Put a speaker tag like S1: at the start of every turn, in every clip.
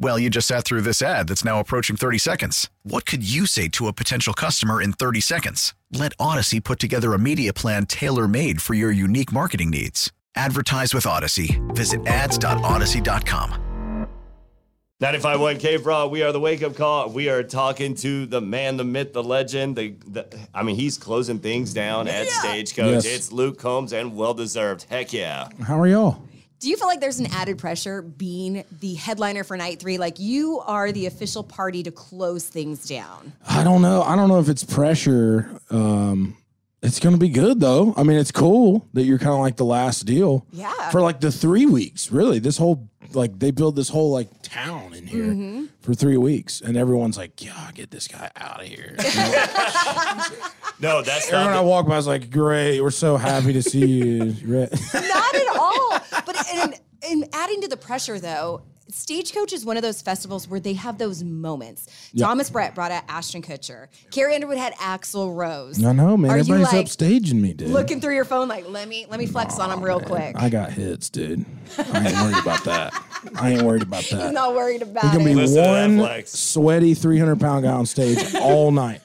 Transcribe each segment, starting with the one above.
S1: Well, you just sat through this ad that's now approaching 30 seconds. What could you say to a potential customer in 30 seconds? Let Odyssey put together a media plan tailor made for your unique marketing needs. Advertise with Odyssey. Visit ads.odyssey.com.
S2: 951 K Fraud, we are the wake up call. We are talking to the man, the myth, the legend. The, the I mean, he's closing things down at Stagecoach.
S3: Yes.
S2: It's Luke Combs and well deserved. Heck yeah.
S3: How are y'all?
S4: Do you feel like there's an added pressure being the headliner for night three? Like you are the official party to close things down.
S3: I don't know. I don't know if it's pressure. Um, it's going to be good though. I mean, it's cool that you're kind of like the last deal.
S4: Yeah.
S3: For like the three weeks, really. This whole like they build this whole like town in here
S4: Mm-hmm.
S3: for three weeks, and everyone's like, "Yeah, get this guy out of here."
S2: No, that's
S3: Everyone I
S2: not.
S3: walk by is like, "Great, we're so happy to see you." Right.
S4: Not at all. But in, in adding to the pressure though, Stagecoach is one of those festivals where they have those moments. Thomas Brett brought out Ashton Kutcher. Carrie Underwood had Axl Rose.
S3: I know, man.
S4: Are you
S3: Everybody's
S4: like
S3: upstaging me, dude.
S4: looking through your phone like let me let me flex on him real quick?
S3: Oh, I got hits, dude. I ain't worried about that. I ain't worried about that.
S4: I'm not worried about
S3: There's gonna be
S4: it.
S2: Listen to that
S3: one
S2: flex.
S3: sweaty 300 pound guy on stage all night.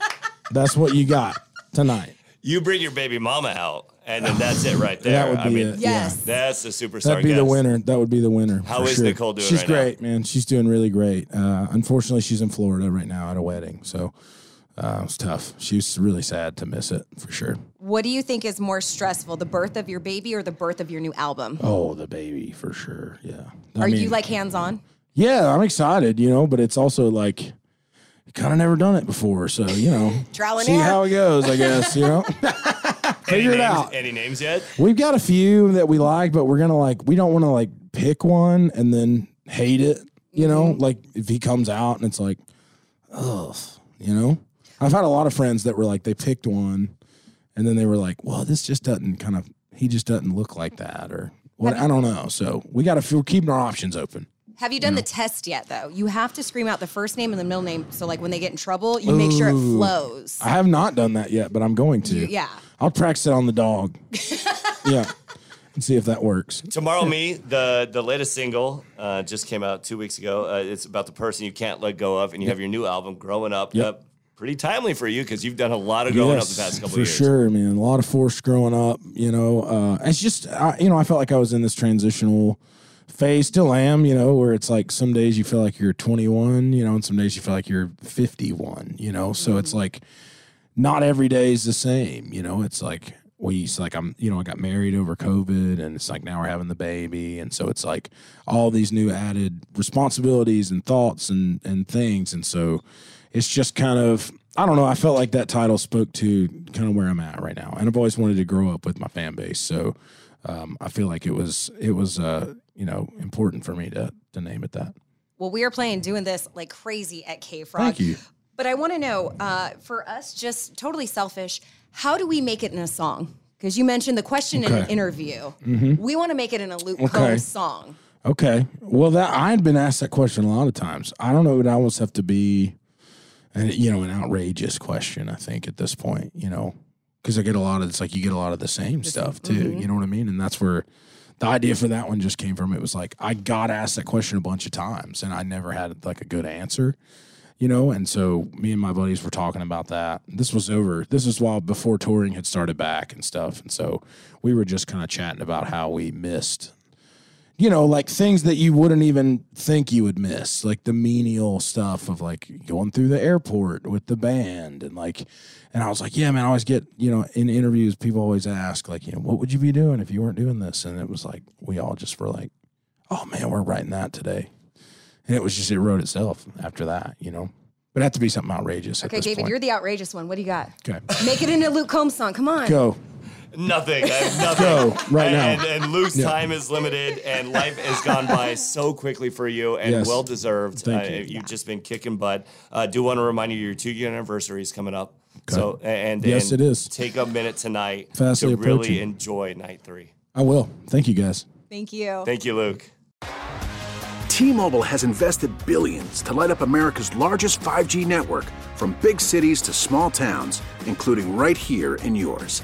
S3: That's what you got tonight.
S2: You bring your baby mama out, and then that's it right there.
S3: That would be
S2: I mean,
S3: it.
S4: yes.
S2: That's the superstar.
S3: That'd be the
S2: guest.
S3: winner. That would be the winner.
S2: How
S3: for
S2: is
S3: sure.
S2: Nicole doing
S3: She's
S2: right now?
S3: great, man. She's doing really great. Uh, unfortunately, she's in Florida right now at a wedding, so uh, it was tough. She was really sad to miss it for sure.
S4: What do you think is more stressful, the birth of your baby or the birth of your new album?
S3: Oh, the baby for sure. Yeah. I
S4: Are you
S3: mean-
S4: like hands on?
S3: Yeah, I'm excited, you know, but it's also like kind of never done it before, so you know,
S4: Trial and
S3: see
S4: error.
S3: how it goes, I guess. You know,
S2: Any
S3: figure it
S2: names-
S3: out.
S2: Any names yet?
S3: We've got a few that we like, but we're gonna like we don't want to like pick one and then hate it. You know, like if he comes out and it's like, ugh, you know. I've had a lot of friends that were like they picked one, and then they were like, well, this just doesn't kind of he just doesn't look like that or. What, I don't know. So we got to, we're keeping our options open.
S4: Have you done the test yet, though? You have to scream out the first name and the middle name. So, like, when they get in trouble, you make sure it
S3: Ooh.
S4: flows.
S3: I have not done that yet, but I'm going to.
S4: yeah.
S3: I'll practice it on the dog. yeah. And see if that works.
S2: Tomorrow Me, the the latest single, uh, just came out two weeks ago. Uh, it's about the person you can't let go of, and you have your new album, Growing Up.
S3: Yep.
S2: Uh, pretty timely for you because you've done a lot of growing up
S3: Yes,
S2: the past couple
S3: for
S2: years.
S3: sure, man. A lot of force growing up, you know. Uh, it's just, I, you know, I felt like I was in this transitional phase, still am, you know, where it's like some days you feel like you're 21, you know, and some days you feel like you're 51, you know. So it's like, not every day is the same. You know, it's like we it's like I'm you know, I got married over COVID and it's like now we're having the baby. And so it's like all these new added responsibilities and thoughts and and things. And so it's just kind of I don't know, I felt like that title spoke to kind of where I'm at right now. And I've always wanted to grow up with my fan base. So um, I feel like it was it was uh, you know, important for me to to name it that.
S4: Well, we are playing doing this like crazy at K Frog.
S3: Thank you.
S4: But I want to know uh, for us, just totally selfish, how do we make it in a song? Because you mentioned the question in an
S3: Okay. Mm-hmm.
S4: interview. We want to make it in a Luke
S3: Okay.
S4: Combs song.
S3: Okay. Well, that I had been asked that question a lot of times. I don't know. It would almost have to be, an, you know, an outrageous question. I think at this point, you know, because I get a lot of it's like you get a lot of the same mm-hmm. stuff too. You know what I mean? And that's where the idea for that one just came from. It was like I got asked that question a bunch of times, and I never had like a good answer. You know, and so me and my buddies were talking about that. This was over. This is while before touring had started back and stuff. And so we were just kind of chatting about how we missed you know, like things that you wouldn't even think you would miss, like the menial stuff of like going through the airport with the band and like, and I was like, yeah, man, I always get, you know, in interviews, people always ask, like, you know, what would you be doing if you weren't doing this? And it was like, we all just were like, oh man, we're writing that today. And it was just, it wrote itself after that, you know? But it had to be something outrageous.
S4: Okay, David, you're the outrageous one. What do you got?
S3: you're. Okay.
S4: Make it into a Luke Combs song. Come on.
S3: Go.
S2: Nothing. I have nothing.
S3: Go right now.
S2: And, and, and Luke's time is limited, and life has gone by so quickly for you, and
S3: Yes.
S2: well deserved.
S3: Thank
S2: uh,
S3: you.
S2: You've just been kicking butt. I uh, do want to remind you, your two year anniversary is coming up. So and
S3: Yes,
S2: and
S3: it is.
S2: Take a minute tonight
S3: Fastly
S2: to really
S3: approaching.
S2: enjoy night three.
S3: I will. Thank you guys.
S4: Thank you.
S2: Thank you, Luke.
S5: T-Mobile has invested billions to light up America's largest 5G network from big cities to small towns, including right here in yours.